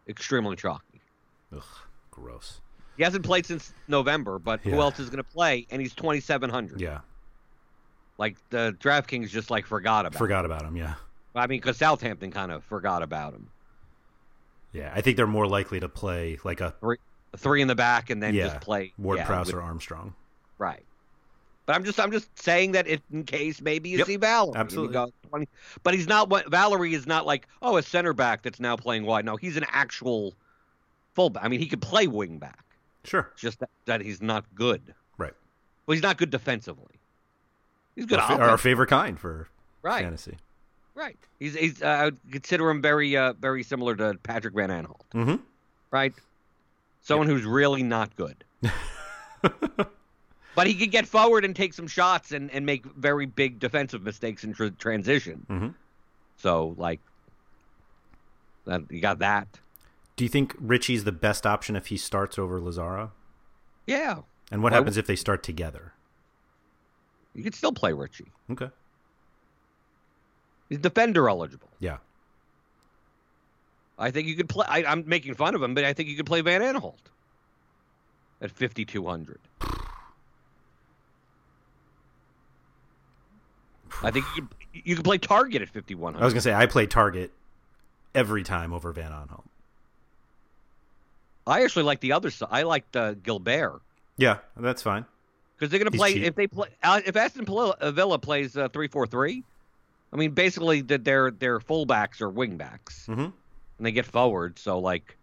[SPEAKER 2] extremely chalky.
[SPEAKER 1] Ugh, gross.
[SPEAKER 2] He hasn't played since November, but
[SPEAKER 1] Yeah.
[SPEAKER 2] who else is going to play? And he's twenty seven hundred.
[SPEAKER 1] Yeah,
[SPEAKER 2] Like the DraftKings just like forgot about.
[SPEAKER 1] forgot about him. Yeah,
[SPEAKER 2] Him. I mean, because Southampton kind of forgot about him.
[SPEAKER 1] yeah. I think they're more likely to play like a
[SPEAKER 2] Three in the back, and then
[SPEAKER 1] yeah
[SPEAKER 2] just play
[SPEAKER 1] Ward
[SPEAKER 2] yeah,
[SPEAKER 1] Prowse
[SPEAKER 2] with-
[SPEAKER 1] or Armstrong.
[SPEAKER 2] right. But I'm just I'm just saying that it, in case maybe you
[SPEAKER 1] Yep,
[SPEAKER 2] see Valerie. and you
[SPEAKER 1] absolutely.
[SPEAKER 2] go 20 but he's not what Valerie is not like oh a center back that's now playing wide. No, he's an actual fullback. I mean, he could play wing back.
[SPEAKER 1] Sure.
[SPEAKER 2] It's just that, that he's not good.
[SPEAKER 1] Right.
[SPEAKER 2] Well, he's not good defensively. He's good.
[SPEAKER 1] Our, fa- our
[SPEAKER 2] offense-
[SPEAKER 1] favorite kind for
[SPEAKER 2] right.
[SPEAKER 1] fantasy.
[SPEAKER 2] Right. He's he's uh, I would consider him very uh, very similar to Patrick Van Aanholt.
[SPEAKER 1] Mm-hmm.
[SPEAKER 2] Right. Someone who's really not good. but he could get forward and take some shots and, and make very big defensive mistakes in tr- transition.
[SPEAKER 1] Mhm.
[SPEAKER 2] So like that you got that.
[SPEAKER 1] Do you think Richie's the best option if he starts over Lazaro?
[SPEAKER 2] Yeah.
[SPEAKER 1] And what
[SPEAKER 2] Why-
[SPEAKER 1] happens if they start together?
[SPEAKER 2] You could still play Richie.
[SPEAKER 1] Okay.
[SPEAKER 2] He's defender eligible.
[SPEAKER 1] Yeah.
[SPEAKER 2] I think you could play I, I'm making fun of him, but I think you could play Van Aanholt at fifty two hundred. I think you could, you could play Target at fifty one
[SPEAKER 1] I was
[SPEAKER 2] hundred.
[SPEAKER 1] gonna say I play target every time over Van Aanholt.
[SPEAKER 2] I actually like the other side. I like the Gilbert
[SPEAKER 1] Yeah, that's fine.
[SPEAKER 2] because they're going to
[SPEAKER 1] He's
[SPEAKER 2] play
[SPEAKER 1] cheap.
[SPEAKER 2] if they play uh, if Aston Pla- uh, Villa plays uh, three four three. I mean, basically, that their their fullbacks are wingbacks,
[SPEAKER 1] Mhm.
[SPEAKER 2] and they get forward. So, like,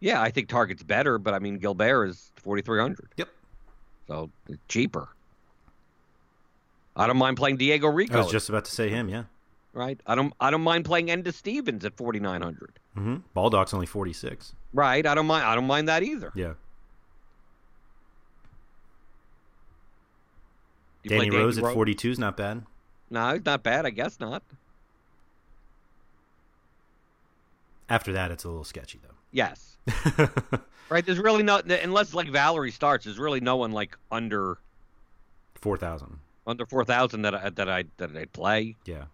[SPEAKER 2] yeah, I think Target's better, but I mean, Gilbert is forty three hundred,
[SPEAKER 1] Yep.
[SPEAKER 2] so it's cheaper. I don't mind playing Diego Rico,
[SPEAKER 1] I was just about to say him. Yeah.
[SPEAKER 2] right? I don't I don't mind playing Enda Stevens at forty nine hundred.
[SPEAKER 1] Mm-hmm. Baldock's only forty six.
[SPEAKER 2] Right. I don't mind. I don't mind that either.
[SPEAKER 1] Yeah.
[SPEAKER 2] You play
[SPEAKER 1] Danny Rose at
[SPEAKER 2] Ro-
[SPEAKER 1] 42 is not bad.
[SPEAKER 2] No, he's not bad. I guess not.
[SPEAKER 1] After that, it's a little sketchy
[SPEAKER 2] Yes.
[SPEAKER 1] though.
[SPEAKER 2] Right. There's really no unless like Valerie starts. There's really no one like under
[SPEAKER 1] 4,000.
[SPEAKER 2] under four thousand that I, that I that I play.
[SPEAKER 1] Yeah.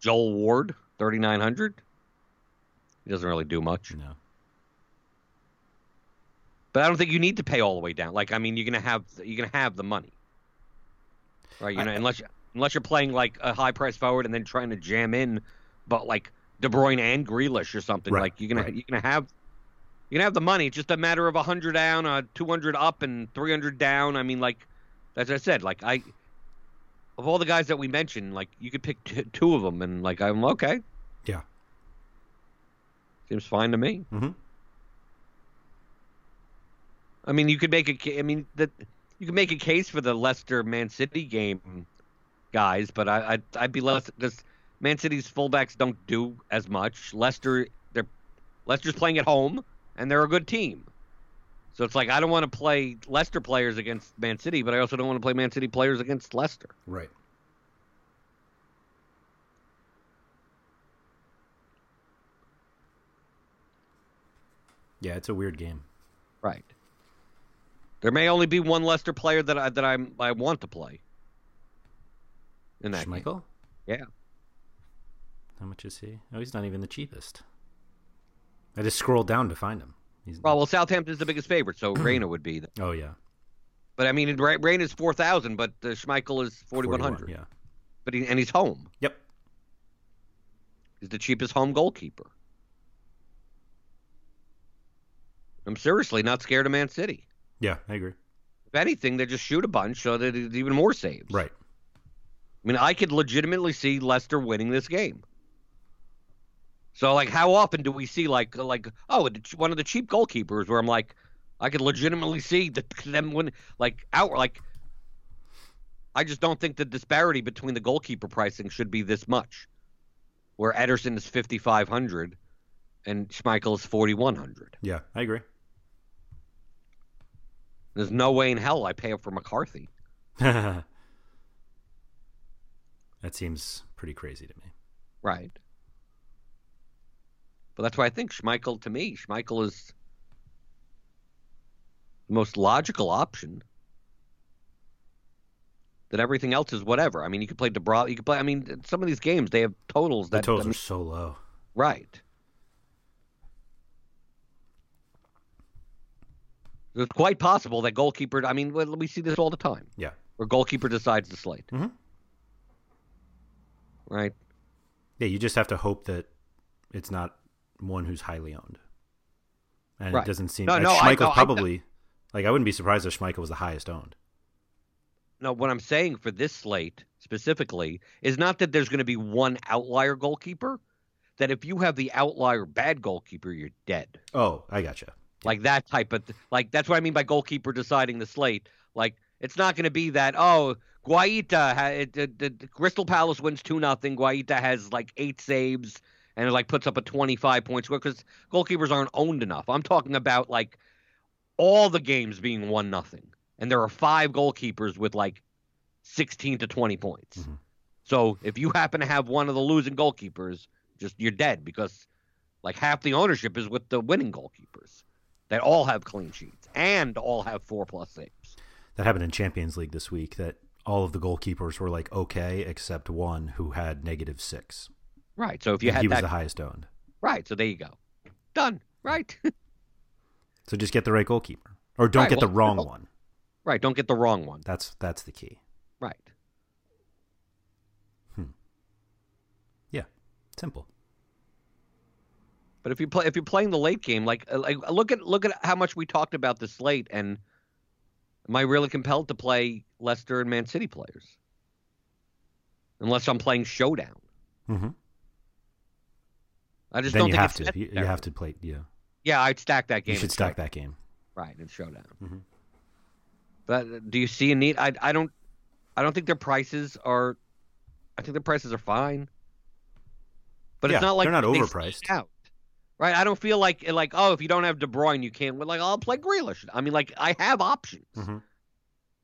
[SPEAKER 2] Joel Ward, thirty nine hundred. He doesn't really do much.
[SPEAKER 1] No.
[SPEAKER 2] But I don't think you need to pay all the way down. Like I mean, you're gonna have you're gonna have the money, right? You know,
[SPEAKER 1] I-
[SPEAKER 2] unless unless you're playing like a high press forward and then trying to jam in, but like De Bruyne and Grealish or something.
[SPEAKER 1] Right,
[SPEAKER 2] like you're gonna
[SPEAKER 1] right.
[SPEAKER 2] you're gonna have you're gonna have the money. It's just a matter of hundred down, uh, two hundred up, and three hundred down. I mean, like as I said, like I of all the guys that we mentioned, like you could pick t- two of them, and like I'm okay.
[SPEAKER 1] Yeah.
[SPEAKER 2] Seems fine to me.
[SPEAKER 1] hmm
[SPEAKER 2] I mean, you could make a. ca- I mean, that you could make a case for the Leicester Man City game, guys. But I, I'd, I'd be less because Man City's fullbacks don't do as much. Leicester, they're Leicester's playing at home, and they're a good team. So it's like I don't want to play Leicester players against Man City, but I also don't want to play Man City players against Leicester.
[SPEAKER 1] Right. Yeah, it's a weird game.
[SPEAKER 2] Right. There may only be one Leicester player that I that I'm I want to play. In that game.
[SPEAKER 1] Schmeichel?
[SPEAKER 2] Yeah.
[SPEAKER 1] How much is he? Oh, he's not even the cheapest. I just scrolled down to find him. He's
[SPEAKER 2] Well, well, Southampton's the biggest favorite, so Reina would be. The,
[SPEAKER 1] oh yeah,
[SPEAKER 2] But I mean, Ra- Rain is four thousand, but uh, Schmeichel is forty
[SPEAKER 1] 41,
[SPEAKER 2] one hundred.
[SPEAKER 1] Yeah.
[SPEAKER 2] But he, and he's home.
[SPEAKER 1] Yep.
[SPEAKER 2] He's the cheapest home goalkeeper. I'm seriously not scared of Man City.
[SPEAKER 1] Yeah, I agree.
[SPEAKER 2] If anything, they just shoot a bunch, so that it's even more saves.
[SPEAKER 1] Right.
[SPEAKER 2] I mean, I could legitimately see Leicester winning this game. So, like, how often do we see like like oh, it's one of the cheap goalkeepers where I'm like, I could legitimately see the, them win like out like. I just don't think the disparity between the goalkeeper pricing should be this much, where Ederson is fifty five hundred, and Schmeichel is forty one hundred.
[SPEAKER 1] Yeah, I agree.
[SPEAKER 2] There's no way in hell I pay up for McCarthy.
[SPEAKER 1] that seems pretty crazy to me.
[SPEAKER 2] Right. But that's why I think Schmeichel to me, Schmeichel is the most logical option. That everything else is whatever. I mean, you could play DeBra. You could play. I mean, some of these games they have totals
[SPEAKER 1] The
[SPEAKER 2] that
[SPEAKER 1] totals
[SPEAKER 2] I mean,
[SPEAKER 1] are so low.
[SPEAKER 2] right. It's quite possible that goalkeeper. I mean, well, we see this all the time
[SPEAKER 1] Yeah.
[SPEAKER 2] where goalkeeper decides the slate.
[SPEAKER 1] Mhm.
[SPEAKER 2] Right.
[SPEAKER 1] Yeah, you just have to hope that it's not one who's highly owned. And
[SPEAKER 2] Right.
[SPEAKER 1] it doesn't seem
[SPEAKER 2] No,
[SPEAKER 1] like
[SPEAKER 2] no, I-
[SPEAKER 1] Schmeichel's
[SPEAKER 2] no, I-
[SPEAKER 1] probably like I wouldn't be surprised if Schmeichel was the highest owned.
[SPEAKER 2] No, what I'm saying for this slate specifically is not that there's going to be one outlier goalkeeper. That if you have the outlier bad goalkeeper, you're dead.
[SPEAKER 1] Oh, I gotcha.
[SPEAKER 2] Like that type of like that's what I mean by goalkeeper deciding the slate. Like it's not going to be that oh Guaita ha- it, it, it- Crystal Palace wins two nothing. Guaita has like eight saves and it like puts up a 25 point score because goalkeepers aren't owned enough. I'm talking about like all the games being one nothing and there are five goalkeepers with like 16 to 20 points.
[SPEAKER 1] Mhm.
[SPEAKER 2] So if you happen to have one of the losing goalkeepers, just you're dead because like half the ownership is with the winning goalkeepers that all have clean sheets and all have four plus saves.
[SPEAKER 1] That happened in Champions League this week that all of the goalkeepers were like okay except one who had negative 6.
[SPEAKER 2] Right. So if you
[SPEAKER 1] And
[SPEAKER 2] had
[SPEAKER 1] he was
[SPEAKER 2] that,
[SPEAKER 1] the highest owned.
[SPEAKER 2] right. So there you go. Done. Right.
[SPEAKER 1] So just get the right goalkeeper or don't
[SPEAKER 2] Right,
[SPEAKER 1] get the
[SPEAKER 2] well,
[SPEAKER 1] wrong
[SPEAKER 2] well-
[SPEAKER 1] one.
[SPEAKER 2] right. Don't get the wrong one.
[SPEAKER 1] That's that's the key.
[SPEAKER 2] Right.
[SPEAKER 1] Yeah. Simple.
[SPEAKER 2] But if you play, if you're playing the late game, like uh, like look at look at how much we talked about this late, and am I really compelled to play Leicester and Man City players? Unless I'm playing showdown,
[SPEAKER 1] Mhm.
[SPEAKER 2] Mm-hmm. I just
[SPEAKER 1] Then
[SPEAKER 2] don't
[SPEAKER 1] you
[SPEAKER 2] think
[SPEAKER 1] have
[SPEAKER 2] it's
[SPEAKER 1] to you, you
[SPEAKER 2] necessary.
[SPEAKER 1] have to play yeah.
[SPEAKER 2] Yeah, I'd stack that game.
[SPEAKER 1] You
[SPEAKER 2] in
[SPEAKER 1] should stack
[SPEAKER 2] showdown.
[SPEAKER 1] that game.
[SPEAKER 2] right in showdown.
[SPEAKER 1] Mhm.
[SPEAKER 2] But uh, do you see a need? I I don't I don't think their prices are. I think their prices are fine. But
[SPEAKER 1] Yeah,
[SPEAKER 2] it's not like
[SPEAKER 1] they're not
[SPEAKER 2] they stand
[SPEAKER 1] overpriced.
[SPEAKER 2] Out. right? I don't feel like like oh, if you don't have De Bruyne, you can't. win. Like I'll play Grealish. I mean, like I have options.
[SPEAKER 1] Mhm.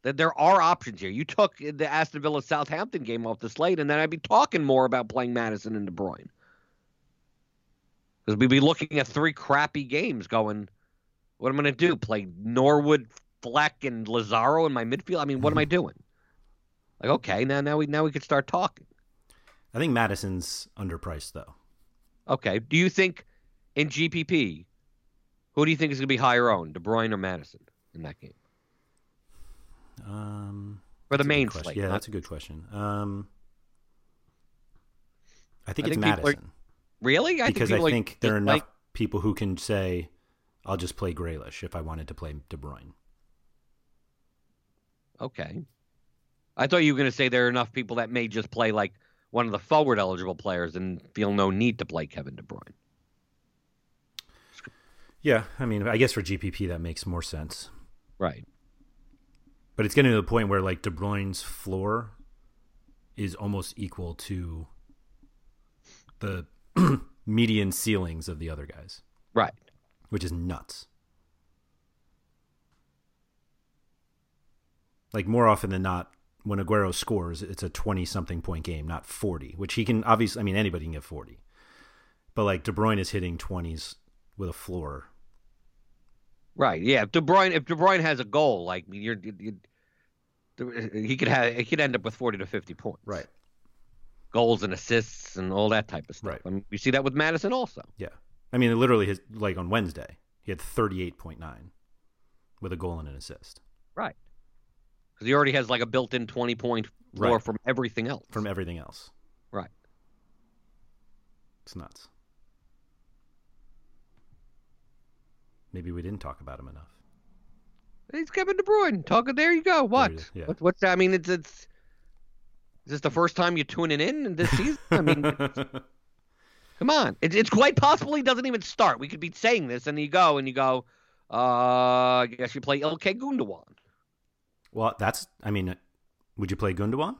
[SPEAKER 2] That there are options here. You took the Aston Villa Southampton game off the slate, and then I'd be talking more about playing Madison and De Bruyne because we'd be looking at three crappy games. Going, what am I going to do? Play Norwood, Fleck, and Lazaro in my midfield? I mean, what am
[SPEAKER 1] Mm-hmm.
[SPEAKER 2] I doing? Like, okay, now now we now we could start talking.
[SPEAKER 1] I think Madison's underpriced though.
[SPEAKER 2] Okay. Do you think in GPP, who do you think is going to be higher owned, De Bruyne or Madison in that game
[SPEAKER 1] Um,
[SPEAKER 2] for
[SPEAKER 1] That's a
[SPEAKER 2] the
[SPEAKER 1] good
[SPEAKER 2] main
[SPEAKER 1] question.
[SPEAKER 2] slate?
[SPEAKER 1] Yeah,
[SPEAKER 2] not-
[SPEAKER 1] that's a good question. Um, I think
[SPEAKER 2] I
[SPEAKER 1] it's
[SPEAKER 2] think people are-
[SPEAKER 1] Madison
[SPEAKER 2] really. I
[SPEAKER 1] because
[SPEAKER 2] people
[SPEAKER 1] I
[SPEAKER 2] are
[SPEAKER 1] think there are
[SPEAKER 2] just like-
[SPEAKER 1] enough people who can say, "I'll just play Grealish if I wanted to play De Bruyne."
[SPEAKER 2] okay. I thought you were going to say there are enough people that may just play like one of the forward eligible players and feel no need to play Kevin De Bruyne.
[SPEAKER 1] Yeah, I mean, I guess for GPP that makes more sense,
[SPEAKER 2] Right.
[SPEAKER 1] but it's getting to the point where like De Bruyne's floor is almost equal to the median ceilings of the other guys,
[SPEAKER 2] Right.
[SPEAKER 1] which is nuts. Like more often than not, when Aguero scores, it's a twenty-something point game, not forty. Which he can obviously. I mean, anybody can get forty, but like De Bruyne is hitting twenties with a floor.
[SPEAKER 2] Right. Yeah. If De Bruyne, if De Bruyne has a goal, like you're, you you- he could have, he could end up with forty to fifty points. Goals and assists and all that type of stuff.
[SPEAKER 1] Right.
[SPEAKER 2] I mean, we see that with Madison also.
[SPEAKER 1] Yeah. I mean, literally, his like on Wednesday, he had thirty-eight point nine with a goal and an assist
[SPEAKER 2] Right. Because he already has like a built-in twenty-point floor
[SPEAKER 1] Right.
[SPEAKER 2] from everything else.
[SPEAKER 1] from everything else.
[SPEAKER 2] right.
[SPEAKER 1] It's nuts. Maybe we didn't talk about him enough.
[SPEAKER 2] It's Kevin De Bruyne. Talking. There you go. What?
[SPEAKER 1] it is, yeah.
[SPEAKER 2] what what's that? I mean, it's it's. Is this the first time you're tuning in this season? I mean, come on. It's it's quite possible he doesn't even start. We could be saying this, and you go and you go. Uh, I guess you play LK Gundawan.
[SPEAKER 1] well, that's. I mean, would you play Gundogan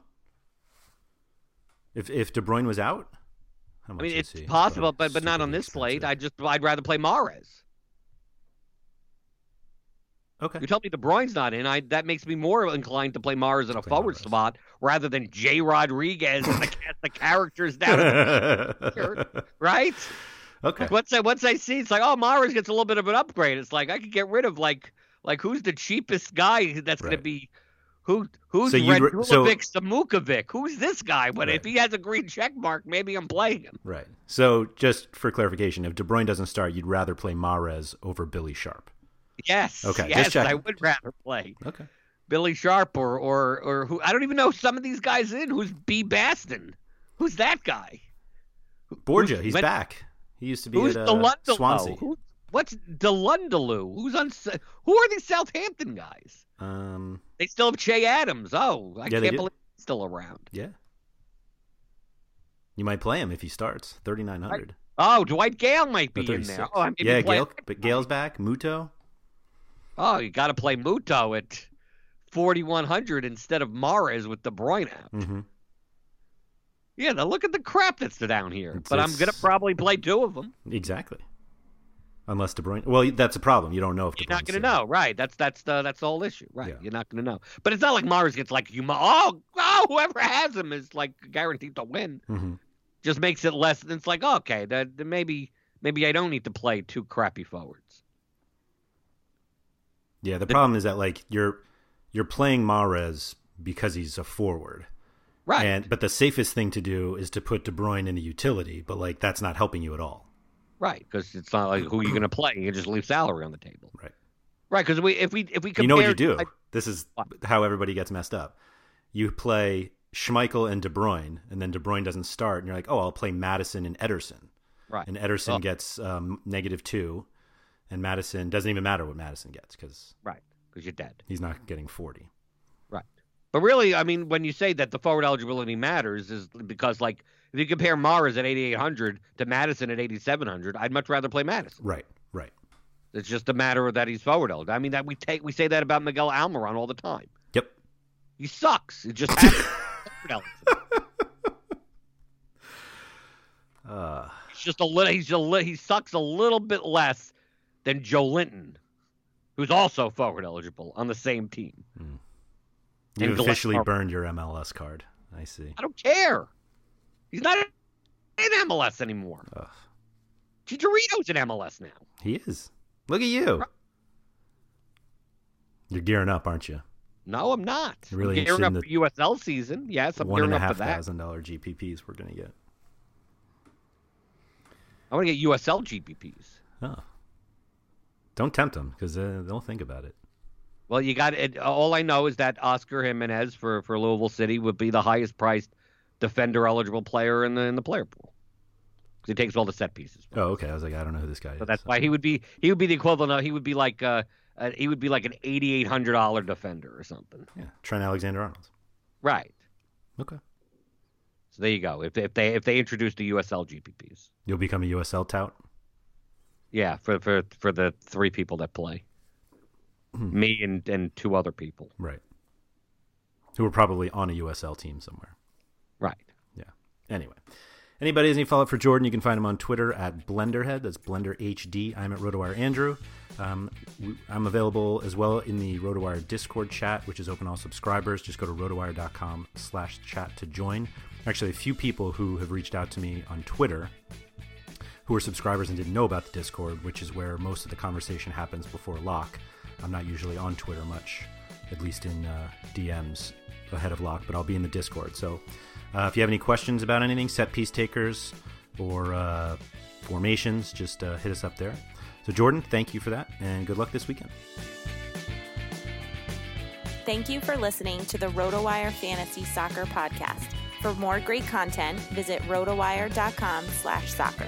[SPEAKER 1] if if De Bruyne was out? How
[SPEAKER 2] I mean,
[SPEAKER 1] is
[SPEAKER 2] it's
[SPEAKER 1] he?
[SPEAKER 2] possible,
[SPEAKER 1] Probably
[SPEAKER 2] but but not
[SPEAKER 1] stupidly
[SPEAKER 2] on this slate. I
[SPEAKER 1] expensive.
[SPEAKER 2] just I'd rather play Mares.
[SPEAKER 1] okay.
[SPEAKER 2] You tell me De Bruyne's not in, I that makes me more inclined to play Mars in a
[SPEAKER 1] Play
[SPEAKER 2] forward
[SPEAKER 1] Mahrez.
[SPEAKER 2] spot rather than J. Rodriguez and the, cast the characters down, right?
[SPEAKER 1] okay.
[SPEAKER 2] Like, once I once I see it's like, oh, Mars gets a little bit of an upgrade. It's like I could get rid of like like who's the cheapest guy that's going
[SPEAKER 1] Right.
[SPEAKER 2] to be. Who, who's
[SPEAKER 1] So
[SPEAKER 2] so
[SPEAKER 1] you'd
[SPEAKER 2] Red
[SPEAKER 1] re- so-
[SPEAKER 2] Dulovic Samukovic? Who's this guy? But if
[SPEAKER 1] Right.
[SPEAKER 2] he has a green check mark, maybe I'm playing him.
[SPEAKER 1] Right. So just for clarification, if De Bruyne doesn't start, you'd rather play Mares over Billy Sharp.
[SPEAKER 2] Yes.
[SPEAKER 1] Okay, just
[SPEAKER 2] Yes, I
[SPEAKER 1] checking.
[SPEAKER 2] would rather play
[SPEAKER 1] Okay.
[SPEAKER 2] Billy Sharp or or or who I don't even know some of these guys in. Who's B Baston? Who's that guy?
[SPEAKER 1] Borgia,
[SPEAKER 2] Who's-
[SPEAKER 1] he's
[SPEAKER 2] when-
[SPEAKER 1] back. He used to be
[SPEAKER 2] Who's
[SPEAKER 1] at uh,
[SPEAKER 2] Delundalo?
[SPEAKER 1] Swansea.
[SPEAKER 2] Who, what's Delundaloo? Who's on? S- Who are these Southampton guys?
[SPEAKER 1] Um,
[SPEAKER 2] They still have Che Adams. Oh, I
[SPEAKER 1] Yeah, they
[SPEAKER 2] can't
[SPEAKER 1] do.
[SPEAKER 2] believe he's still around.
[SPEAKER 1] yeah. You might play him if he starts. Thirty nine hundred.
[SPEAKER 2] Oh, Dwight Gale might be in there. Oh, I mean,
[SPEAKER 1] yeah,
[SPEAKER 2] play-
[SPEAKER 1] Gale, but Gale's back. Muto.
[SPEAKER 2] Oh, you got to play Muto at forty one hundred instead of Mares with De Bruyne out.
[SPEAKER 1] Mm-hmm.
[SPEAKER 2] Yeah, now look at the crap that's down here.
[SPEAKER 1] It's-
[SPEAKER 2] but I'm gonna
[SPEAKER 1] it's-
[SPEAKER 2] probably play two of them.
[SPEAKER 1] Exactly. Unless De Bruyne. Well, that's a problem. You don't know if De
[SPEAKER 2] You're not
[SPEAKER 1] Bruyne's
[SPEAKER 2] going to
[SPEAKER 1] there.
[SPEAKER 2] know, right? That's that's the that's the whole issue, right?
[SPEAKER 1] Yeah.
[SPEAKER 2] You're not going to know. But it's not like Mars gets like you. Oh, oh, whoever has him is like guaranteed to win.
[SPEAKER 1] Mhm.
[SPEAKER 2] Just makes it less. It's like okay, that that maybe maybe I don't need to play two crappy forwards.
[SPEAKER 1] Yeah, the problem is that like you're you're playing Mares because he's a forward.
[SPEAKER 2] Right.
[SPEAKER 1] And but the safest thing to do is to put De Bruyne in the utility, but like that's not helping you at all.
[SPEAKER 2] right. Because it's not like who you're going to play. You just leave salary on the table.
[SPEAKER 1] Right.
[SPEAKER 2] Right. Because we if we if we compare,
[SPEAKER 1] you know what you do?
[SPEAKER 2] like,
[SPEAKER 1] this is
[SPEAKER 2] What?
[SPEAKER 1] how everybody gets messed up. You play Schmeichel and De Bruyne, and then De Bruyne doesn't start, and you're like, oh, I'll play Madison and Ederson,
[SPEAKER 2] right.
[SPEAKER 1] and Ederson
[SPEAKER 2] Oh.
[SPEAKER 1] gets um, negative two, and Madison doesn't even matter what Madison gets because
[SPEAKER 2] Right. Because you're dead.
[SPEAKER 1] he's not getting forty.
[SPEAKER 2] Right. But really, I mean, when you say that the forward eligibility matters, is because like if you compare Mars at 8,800 to Madison at 8,700, I'd much rather play Madison.
[SPEAKER 1] Right, right.
[SPEAKER 2] It's just a matter of that he's forward eligible. I mean, that we take we say that about Miguel Almiron all the time.
[SPEAKER 1] Yep.
[SPEAKER 2] He sucks. It just happens. Forward eligible.
[SPEAKER 1] Uh,
[SPEAKER 2] He He's just a little. He's a li- He sucks a little bit less than Joe Linton, who's also forward eligible on the same team.
[SPEAKER 1] You
[SPEAKER 2] And Glenn
[SPEAKER 1] officially
[SPEAKER 2] Harper.
[SPEAKER 1] burned your MLS card. I see.
[SPEAKER 2] I don't care. He's not in MLS anymore.
[SPEAKER 1] Ugh.
[SPEAKER 2] Chicharito's in MLS now.
[SPEAKER 1] He is. Look at you. You're gearing up, aren't you?
[SPEAKER 2] No, I'm not. I'm
[SPEAKER 1] Really
[SPEAKER 2] gearing up
[SPEAKER 1] interested
[SPEAKER 2] for USL season. Yes, I'm
[SPEAKER 1] One
[SPEAKER 2] gearing
[SPEAKER 1] and a
[SPEAKER 2] up for
[SPEAKER 1] half
[SPEAKER 2] that.
[SPEAKER 1] thousand dollar GPPs we're gonna get.
[SPEAKER 2] I want to get USL GPPs.
[SPEAKER 1] Oh. Don't tempt them because uh, they'll think about it.
[SPEAKER 2] Well, you got it. All I know is that Oscar Jimenez for, for Louisville City would be the highest priced defender eligible player in the in the player pool 'Cause he takes all the set pieces.
[SPEAKER 1] Oh, okay. I was like, I don't know who this guy is.
[SPEAKER 2] So that's why he would be he would be the equivalent of he would be like uh, uh he would be like an eighty eight hundred dollar defender or something.
[SPEAKER 1] Yeah, Trent Alexander Arnold.
[SPEAKER 2] Right.
[SPEAKER 1] Okay.
[SPEAKER 2] So there you go. If if they if they introduce the USL GPPs,
[SPEAKER 1] You'll become a USL tout.
[SPEAKER 2] yeah, for for for the three people that play, me and and two other people.
[SPEAKER 1] Right. Who are probably on a USL team somewhere.
[SPEAKER 2] Right.
[SPEAKER 1] Yeah. Anyway. Anybody has any follow-up for Jordan, you can find him on Twitter at Blenderhead. That's Blender HD. I'm at RotoWire Andrew. Um, w- I'm available as well in the RotoWire Discord chat, which is open to all subscribers. Just go to rotowire.com slash chat to join. Actually, a few people who have reached out to me on Twitter who are subscribers and didn't know about the Discord, which is where most of the conversation happens before lock. I'm not usually on Twitter much, at least in uh, DMs ahead of lock, but I'll be in the Discord. So uh, if you have any questions about anything, set piece takers or uh, formations, just uh, hit us up there. So, Jordan, thank you for that, and good luck this weekend.
[SPEAKER 3] Thank you for listening to the RotoWire Fantasy Soccer Podcast. For more great content, visit rotowire.com slash soccer.